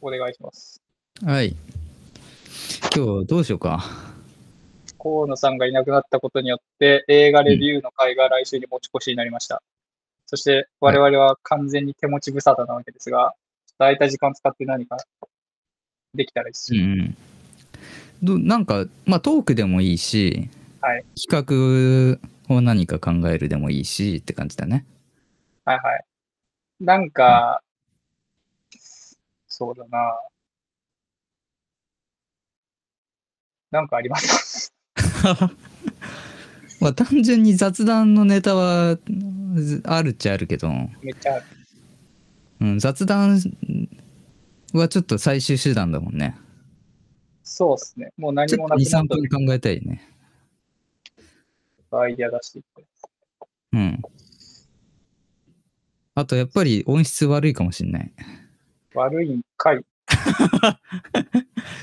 お願いします。はい。今日どうしようか。河野さんがいなくなったことによって、映画レビューの会が来週に持ち越しになりました。そして、我々は完全に手持ち無沙汰なわけですが、ちょっと空いた時間使って何かできたらいいし、ん、どなんか、まあ、トークでもいいし、はい企画を何か考えるでもいいしって感じだね。はいはい。なんか、そうだな。なんかあります。 まあ、単純に雑談のネタはずあるっちゃあるけど、めっちゃある。うん、雑談はちょっと最終手段だもんね。そうっすね。もう何ちょもっとなく2、なっ3分考えたいね。たアイディア出していって。うん。あと、やっぱり音質悪いかもしんない。悪いんかい。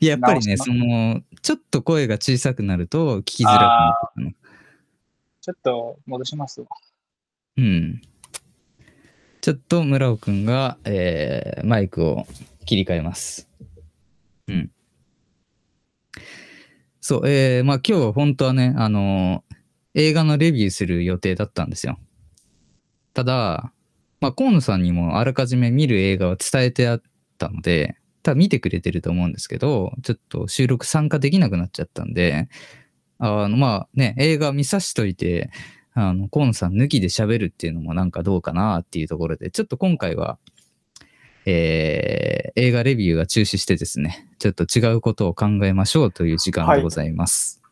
いや、やっぱり直ね、その、ちょっと声が小さくなると聞きづらくなってくるのちょっと戻しますわ。うん。ちょっと村尾くんが、えーマイクを切り替えます。うん。そう、えー、まあ今日は本当はね、あのー映画のレビューする予定だったんですよ。ただ、まあ河野さんにもあらかじめ見る映画を伝えてあったので、多分見てくれてると思うんですけど、ちょっと収録参加できなくなっちゃったんで、あの、まあね、映画見さしといて、あの、コンさん抜きで喋るっていうのもなんかどうかなっていうところで、ちょっと今回は、えー映画レビューは中止してですね、ちょっと違うことを考えましょうという時間でございます。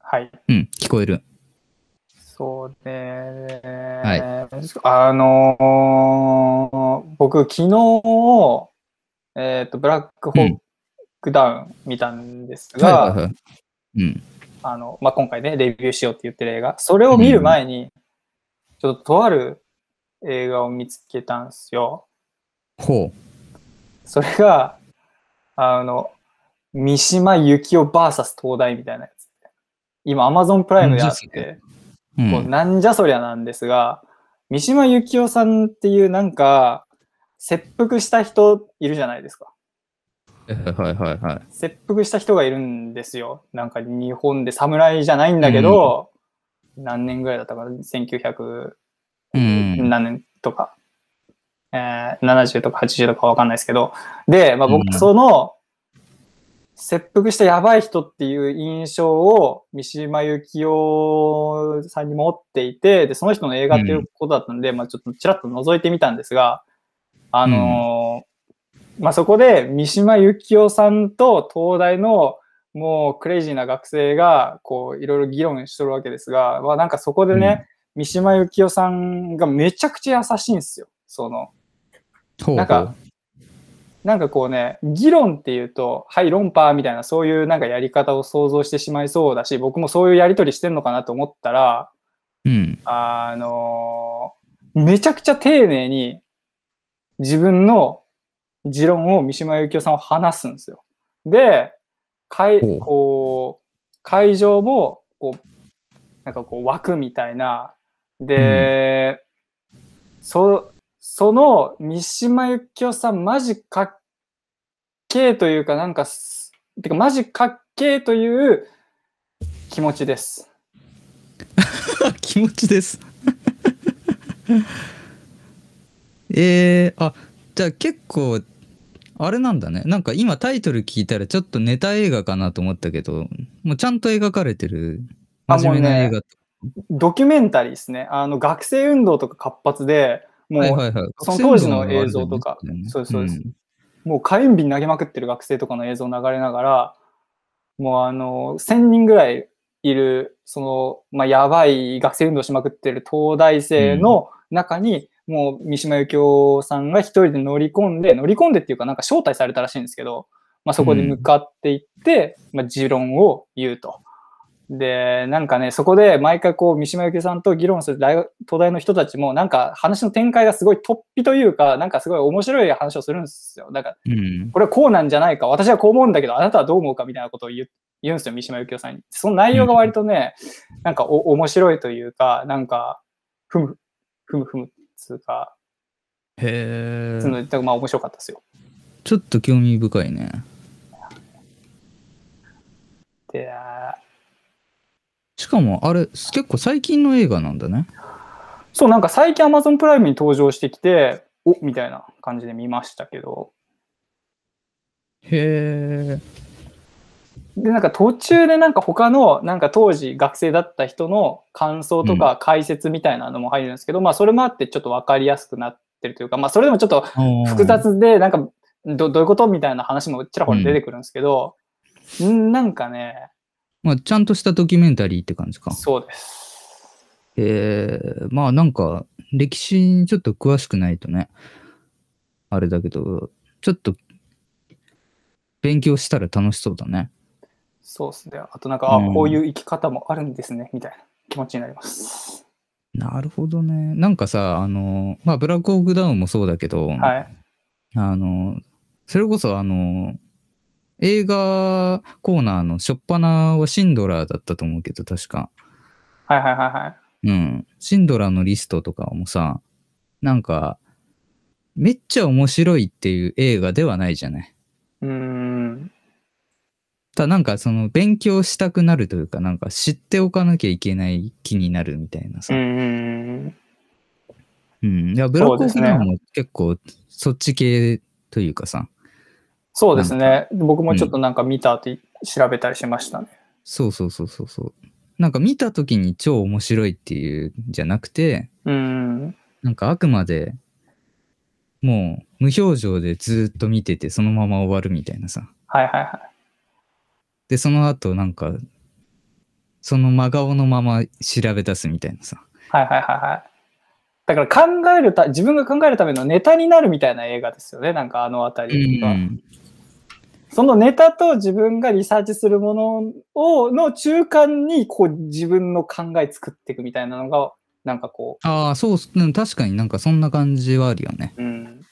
はい。うん、聞こえる。そうね、あのー僕、昨日、えっ、と、ブラックホックダウン見たんですが、はいはいはい。うん。あの、まあ、今回ね、レビューしようって言ってる映画。それを見る前に、ちょっととある映画を見つけたんですよ。ほそれが、あの、三島由紀夫 VS 東大みたいなやつ。今、アマゾンプライムであっうんて、う。う。もうんなんじゃそりゃなんですが、三島由紀夫さんっていうなんか、切腹した人いるじゃないですか。はいはいはい。切腹した人がいるんですよ。なんか日本で侍じゃないんだけど、何年ぐらいだったかな ?1900 うん。何年とか、えー70とか80とかわかんないですけど。で、まあ、うん僕、その、切腹したやばい人っていう印象を三島由紀夫さんに持っていて、で、その人の映画っていうことだったんで、まあちょっとちらっと覗いてみたんですが、あのーまあそこで三島由紀夫さんと東大のもうクレイジーな学生が、こう、いろいろ議論しとるわけですが、まあなんかそこでね、三島由紀夫さんがめちゃくちゃ優しいんですよ。その、ほうほなんうか。なんかこうね、議論っていうと、はい、論破みたいな、そういうなんかやり方を想像してしまいそうだし、僕もそういうやりとりしてんのかなと思ったら、うん。あのーめちゃくちゃ丁寧に自分の持論を三島由紀夫さんは話すんですよ。で、会ほうこう会場もこう、なんかこう枠みたいな。で、そその三島由紀夫さんマジかっけーというかなんかす、てかマジかっけーという気持ちです。気持ちです。 えー、あ、じゃあ結構、あれなんだね。なんか今タイトル聞いたらちょっとネタ映画かなと思ったけど、もうちゃんと描かれてる。あ真面目なもうね映画。ドキュメンタリーですね。あの学生運動とか活発で、もう、はいはいはい。その当時の映像とか学生運動のあれだよねそうですそうですもう火炎瓶投げまくってる学生とかの映像流れながら、もうあの、1000人ぐらいいる、その、まあ、やばい学生運動しまくってる東大生の中に、もう三島由紀夫さんが一人で乗り込んで、乗り込んでっていうかなんか招待されたらしいんですけど、まあ、そこで向かっていって、まあ、持論を言うと。で、なんかね、そこで毎回こう、三島由紀夫さんと議論する大学東大の人たちも、なんか話の展開がすごい突飛というか、なんかすごい面白い話をするんですよ。なんかうん。これはこうなんじゃないか、私はこう思うんだけど、あなたはどう思うかみたいなことを言う言うんですよ、三島由紀夫さんに。その内容が割とね、なんかお面白いというか、なんか、ふむ、ふむふむっつうか、へそえ。のだからまあ面白かったですよ。ちょっと興味深いね。で、あーしかも、あれ、結構最近の映画なんだね。そう、なんか最近 Amazon プライムに登場してきて、おみたいな感じで見ましたけど、へえ。で、なんか途中でなんか他の、なんか当時学生だった人の感想とか解説みたいなのも入るんですけど、まあそれもあってちょっとわかりやすくなってるというか、まあそれでもちょっと複。雑で、なんかどどういうことみたいな話もちらほら出てくるんですけど、うん、なんかね、まあ、ちゃんとしたドキュメンタリーって感じか。そうです。ええまあなんか歴史にちょっと詳しくないとね、あれだけど、ちょっと勉強したら楽しそうだね。そうですね。あとなんか、あうんこういう生き方もあるんですね、みたいな気持ちになります。なるほどね。なんかさ、あの、まあブラックオークダウンもそうだけど、はい。あの、それこそあの、映画コーナーの初っ端はシンドラーだったと思うけど、確か。はいはいはいはい。うん。シンドラーのリストとかもさ、なんか、めっちゃ面白いっていう映画ではないじゃない。うーん。ただなんかその勉強したくなるというかなんか知っておかなきゃいけない気になるみたいなうさ、ーん。うんいやブラックそうオでフすねダウンも結構そっち系というかさそうですね。僕もちょっとなんか見たって調べたりしましたね。そうそうそうそうそうなんか見た時に超面白いっていうんじゃなくてうーん。なんかあくまでもう無表情でずっと見ててそのまま終わるみたいなさはいはいはい。でその後なんかその真顔のまま調べ出すみたいなさはいはいはいはい。だから考えるた、自分が考えるためのネタになるみたいな映画ですよね。なんかあのあたりは。そのネタと自分がリサーチするものを、の中間に、こう自分の考え作っていくみたいなのが、なんかこああ、そうっす、うん確かになんかそんな感じはあるよね。う、うん。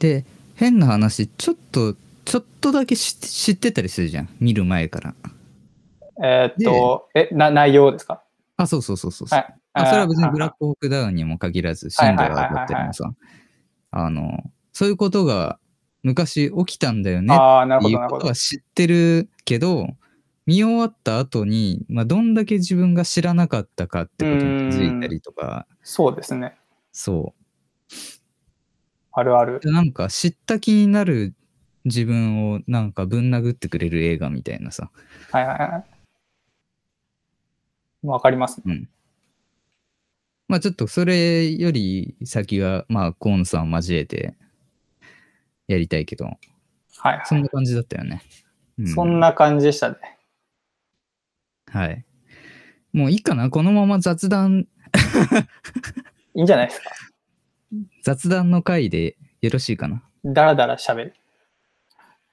で、変な話、ちょっと、ちょっとだけ知って知ってたりするじゃん。見る前から。えーっと、え、な、内容ですかあ、そうそうそうそうそう、はいあそれは別にブラック。クホークダウンにも限らず、シンドラーだったりもさ、あの、そういうことが昔起きたんだよねっああ、なるてほいど、うなるほことどは。知ってるけど、見終わった後に、まあ、どんだけ自分が知らなかったかってことに気づいたりとか、そうですね。そう。あるある。なんか知った気になる自分をなんかぶん殴ってくれる映画みたいなさ。はいはいはい。わかります。まあちょっとそれより先は、まあコーンさん交えてやりたいけど、はいはい。そんな感じだったよね。うそん。な感じでしたね。はい。もういいかなこのまま雑談、いいんじゃないですか。雑談の回でよろしいかなだらだら喋る。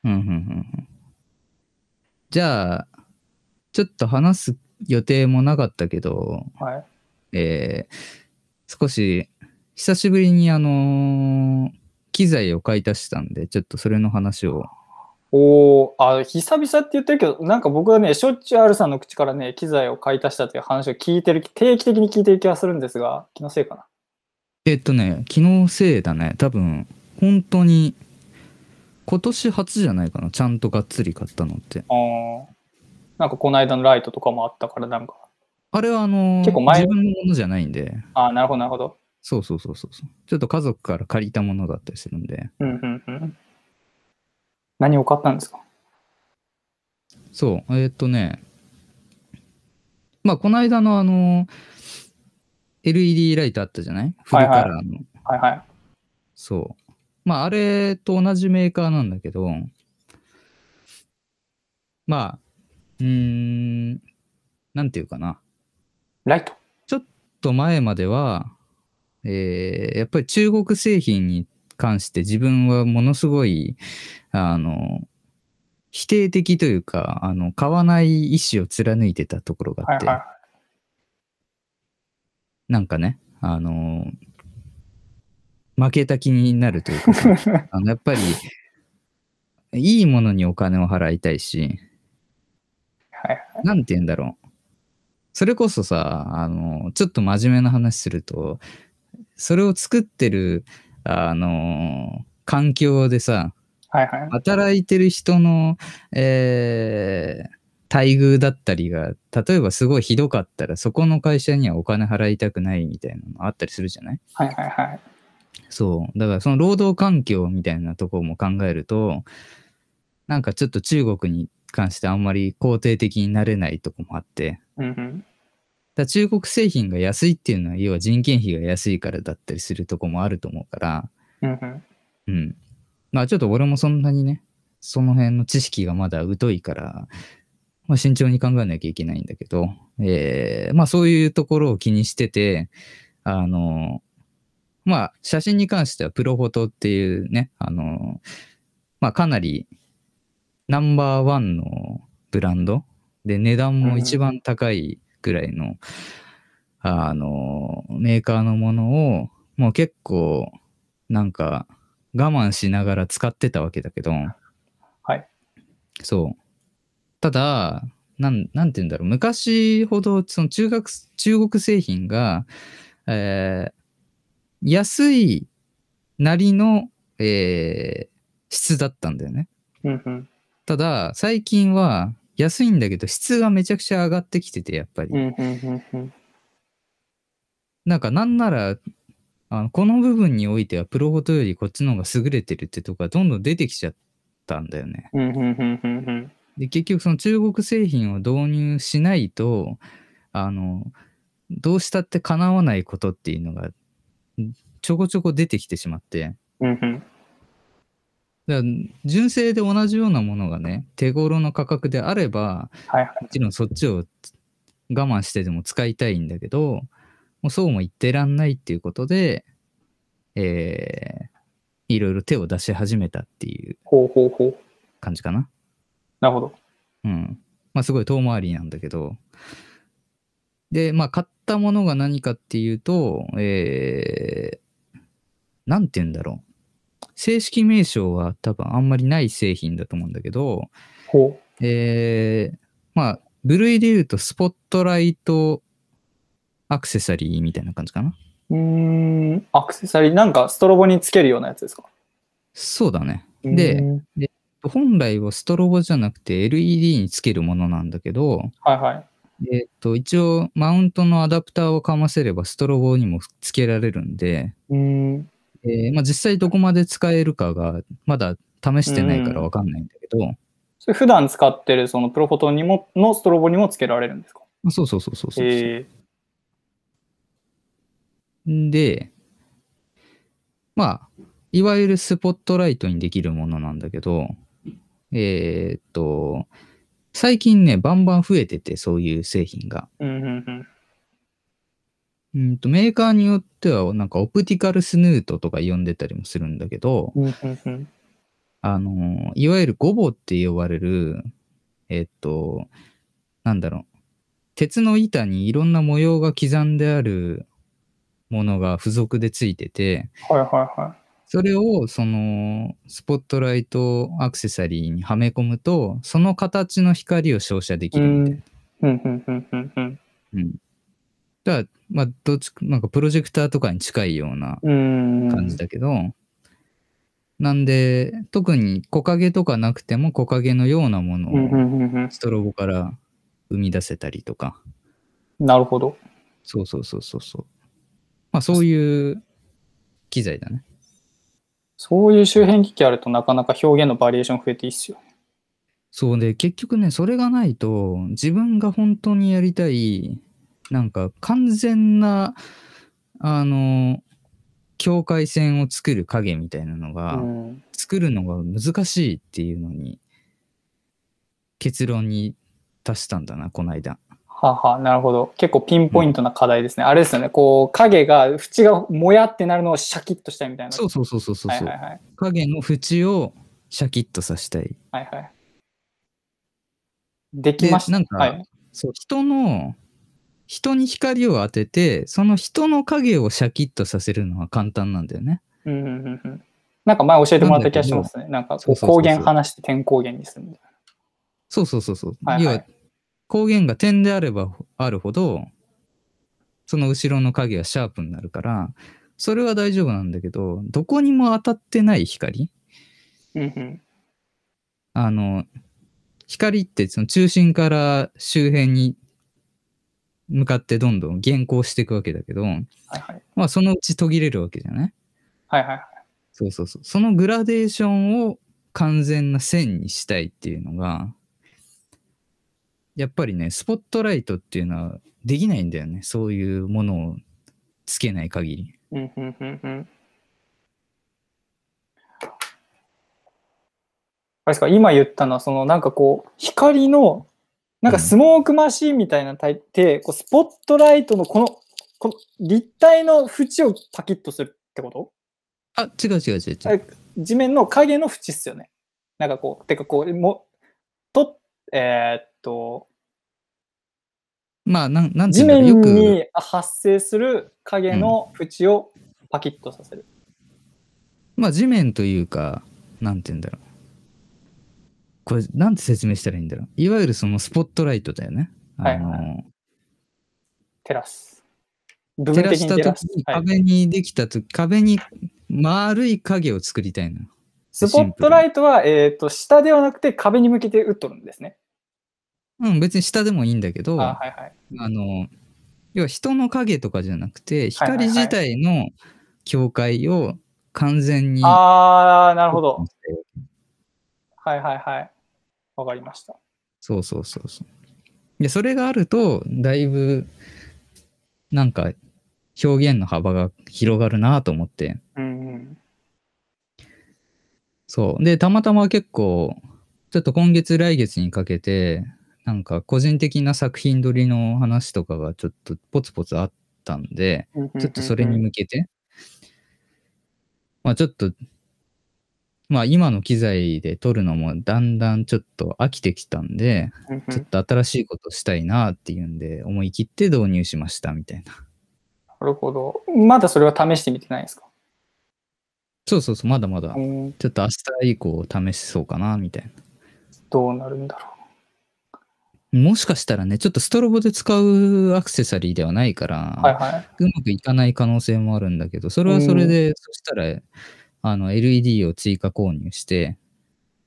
うんうんうんうん。じゃあ、ちょっと話す予定もなかったけど、はい。えー少し久しぶりにあのー機材を買い足したんで、ちょっとそれの話を。おー、あ、久々って言ってるけど、なんか僕はね、しょっちゅう R さんの口からね、機材を買い足したっていう話を聞いてる、定期的に聞いてる気がするんですが、気のせいかな。えっとね、気のせいだね。多分、本当に、今年初じゃないかな。ちゃんとがっつり買ったのって。あーなんかこの間のライトとかもあったから、なんか、あれはあのー結構前自分のものじゃないんで、あーなるほど、なるほど。そうそうそうそうそう。ちょっと家族から借りたものだったりするんで、うんうんうん。何を買ったんですかそう、えっとね、まあ、この間のあのー LED ライトあったじゃないフルカラーの。はいはい。そう。まあ、あれと同じメーカーなんだけど、まあ、うーん、なんていうかな。ライト。ちょっと前までは、えーやっぱり中国製品に関して自分はものすごい、あの、否定的というか、あの、買わない意思を貫いてたところがはあいって、はい。なんかね、あの負けた気になるというかさ あのやっぱり、いいものにお金を払いたいし、はいなんて言うんだろう。それこそさ、あのちょっと真面目な話すると、それを作ってるあのー環境でさ、はいはい。働いてる人の、えー待遇だったりが、例えばすごいひどかったら、そこの会社にはお金払いたくないみたいなのあったりするじゃないはいはいはい。そう。だからその労働環境みたいなところも考えると、なんかちょっと中国に関してあんまり肯定的になれないとこもあって、うんうん。だから中国製品が安いっていうのは、要は人件費が安いからだったりするとこもあると思うから、うんうん。うん。まあちょっと俺もそんなにね、その辺の知識がまだ疎いから、まあ、慎重に考えなきゃいけないんだけど、えーまあそういうところを気にしてて、あの、まあ写真に関してはプロフォトっていうね、あの、まあかなりナンバーワンのブランドで値段も一番高いぐらいの、あの、メーカーのものをもう結構なんか我慢しながら使ってたわけだけど、はい。そう。ただ、なん、なんて言うんだろう。昔ほど、その中学、中国製品が、えー安いなりの、えー質だったんだよね。うんうん。ただ、最近は安いんだけど、質がめちゃくちゃ上がってきてて、やっぱり。うんうんうんうん。なんか、なんなら、あのこの部分においては、プロフォトよりこっちの方が優れてるってとこがどんどん出てきちゃったんだよね。うんうんうんうんうん。で結局その中国製品を導入しないとあのどうしたって叶わないことっていうのがんちょこちょこ出てきてしまってうんうん。だから純正で同じようなものがね手頃の価格であればはいはい。もちろんそっちを我慢してでも使いたいんだけどもうそうも言ってらんないっていうことで、えーいろいろ手を出し始めたっていうほうほうほう。感じかな。なるほど。うん。まあすごい遠回りなんだけど。で、まあ買ったものが何かっていうと、えーなんて言うんだろう。正式名称は多分あんまりない製品だと思うんだけど、ほえーまあ、部類で言うとスポットライトアクセサリーみたいな感じかな。う。うーん。アクセサリー、なんかストロボにつけるようなやつですかそうだね。で、うん本来はストロボじゃなくて LED につけるものなんだけど、はいはい。えっと、一応、マウントのアダプターをかませれば、ストロボにもつけられるんで、うーん。えーまあ、実際どこまで使えるかが、まだ試してないからわかんないんだけど、それ普段使ってるそのプロフォトにも、のストロボにもつけられるんですかまあそうそうそうそうそうそうえで、まあ、いわゆるスポットライトにできるものなんだけど、えーっと、最近ね、バンバン増えてて、そういう製品が。えうんうんうん。うんとメーカーによっては、なんかオプティカルスヌートとか呼んでたりもするんだけど、うんうんうん。あの、いわゆるゴボって呼ばれる、えっと、なんだろう、鉄の板にいろんな模様が刻んであるものが付属でついてて、はいはいはい。それをそのスポットライトアクセサリーにはめ込むと、その形の光を照射できるみたいな。うんうんうんうんうんうん。だから、まあ、どっちか、なんかプロジェクターとかに近いようなうん。うーん。感じだけど、なんで特に木陰とかなくても木陰のようなもうんうのんをうんうん。ストロボから生み出せたりとか、なるほど。そうそうそうそうそうまあそういう機材だねそういう周辺機器あるとなかなか表現のバリエーション増えていいっすよ。そうで結局ねそれがないと自分が本当にやりたいなんか完全なあの境界線を作る影みたいなのうが、ん。作るのが難しいっていうのに結論に達したんだなこの間はあはあ、なるほど。結構ピンポイントな課題ですね。あれですよね。こう、影が、縁がもやってなるのをシャキッとしたいみたいな。そうそうそうそうそう、はいはいはい。影の縁をシャキッとさせたいはいはい。できでました。なんか、はい。そう人の人に光を当ててその人の影をシャキッとさせるのは簡単なんだよねうんうんうんうん。なんか前教えてもらった気がしますね。なんかこそううそうそうそう光源離して点光源にするみたいそうそうそうそう、はいはい要は光源が点であればあるほどその後ろの影はシャープになるからそれは大丈夫なんだけど、どこにも当たってない光うんうん。あの、光ってその中心から周辺に向かってどんどん減光していくわけだけど、はいはい。まあそのうち途切れるわけじゃないはいはいはい。そうそうそう。そのグラデーションを完全な線にしたいっていうのが、やっぱりね、スポットライトっていうのはできないんだよね。そういうものをつけない限り。うんうんうんうん。あれですか、今言ったのは、そのなんかこう、光の、なんかスモークマシーンみたいなタイプで、こうスポットライトのこの、この立体の縁をパキッとするってことあ、違う違う違う違はう。い地面の影の縁っすよね。なんかこう、てかこう、もと、えーっと、まあ、なん、なんて地いうんだろ面う。よく、に発生する影の縁をパキッとさせる。まあ地面というか、なんていうんだろう。これ、なんて説明したらいいんだろう。いわゆるそのスポットライトだよね。はあいの、はいテラス。部照分ら的しにたテラス時。にはい、壁にできたとき、壁に丸い影を作りたいの。スポットライトは、えっと下ではなくて壁に向けて打っとるんですね。うん、別に下でもいいんだけあど、あはいはい。の、要は人の影とかじゃなくて、はいはいは光い自体の境界を完全に。あー、なるほど。はいはいはい。わかりました。そうそうそうそう。で、それがあると、だいぶ、なんか、表現の幅が広がるなと思って。うんうん。そう。で、たまたま結構、ちょっと今月来月にかけて、なんか個人的な作品撮りの話とかがちょっとポツポツあったんで、うんうんうんうんちょっとそれに向けて、まあちょっと、まあ今の機材で撮るのもだんだんちょっと飽きてきたんで、うんうちょっんと新しいことしたいなっていうんで、思い切って導入しましたみたいな。なるほど。まだそれは試してみてないですか、そうそうそう、まだまだう。ん、ちょっと明日以降試しそうかなみたいどうなるんだろな。もしかしたらね、ちょっとストロボで使うアクセサリーではないから、う。はいはうまくいかない可能性もあるんだけど、それはそれで、そしたら、あの、LED を追加購入して、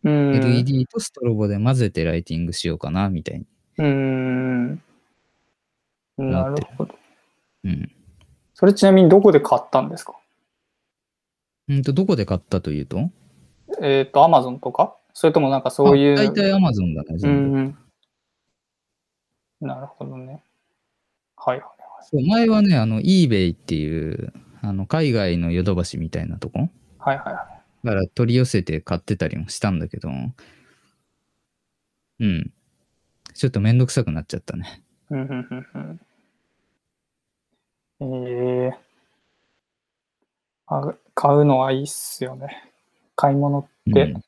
い。うん。 LED とストロボで混ぜてライティングしようかな、みたいに。うん。なるほど。うん。それちなみにどこで買ったんですかうんと、どこで買ったというとえっ、と、アマゾンとかそれともなんかそういう。あ大体 Amazon だね、う全部。ん。なるほどね。はいはいそう前はね、あの、eBay っていう、あの、海外のヨドバシみたいなとこはい。はいはいはい。から取り寄せて買ってたりもしたんだけど、うん。ちょっとめんどくさくなっちゃったね。うんうんうんうん。ええあ。買うのはいいっすよね。買い物ってうん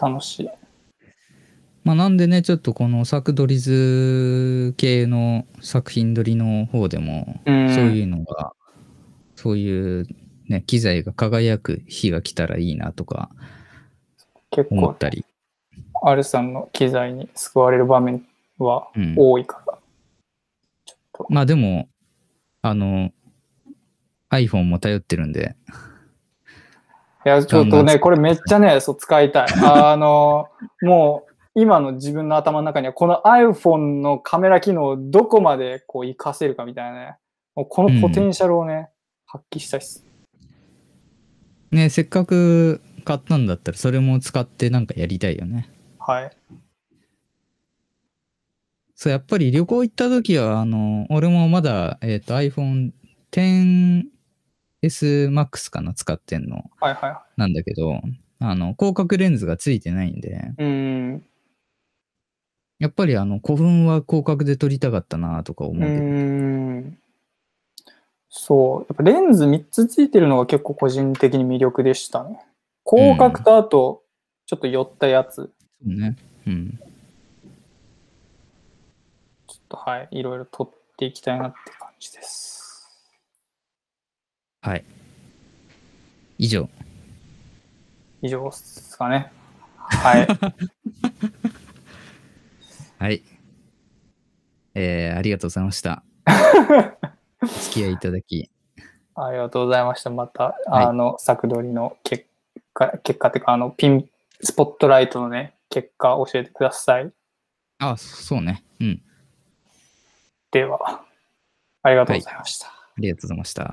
楽しい。まあ、なんでね、ちょっとこの作撮り図系の作品撮りの方でも、うん。そういうのが、そういう、ね、機材が輝く日が来たらいいなとか結思構っ、たり。アルさんの機材に救われる場面はうん、多いから。まあでも、あの、iPhone も頼ってるんで、いや、ちょっガとンガン使っね、てこれめっちゃね、そう使いたい。あの、もう、今の自分の頭の中には、この iPhone のカメラ機能をどこまでこう活かせるかみたいなね、もうこのポテンシャルをね、発揮したいっす。ね、せっかく買ったんだったら、それも使ってなんかやりたいよね。はい。そう、やっぱり旅行行った時は、あの、俺もまだ、えっ、と、iPhone XS Max かな、使ってんの。はいはいはなんだけど、あの、広角レンズがついてないんで、い。うん。やっぱりあの古墳は広角で撮りたかったなとか思ううけど、ん。そう。やっぱレンズ3つついてるのが結構個人的に魅力でしたね。広角とあと、ちょっと寄ったやつ。そうね。うん。ちょっとはい、いろいろ撮っていきたいなって感じです。はい。以上。以上ですかね。はい。はい。 えー、ありがとうございました。お付き合いいただき、ありがとうございました。また、あの、作取りの結果、結果っていうか、あの、ピン、スポットライトのね、結果教えてください。あ、そうね。うん。では、ありがとうございました。ありがとうございました。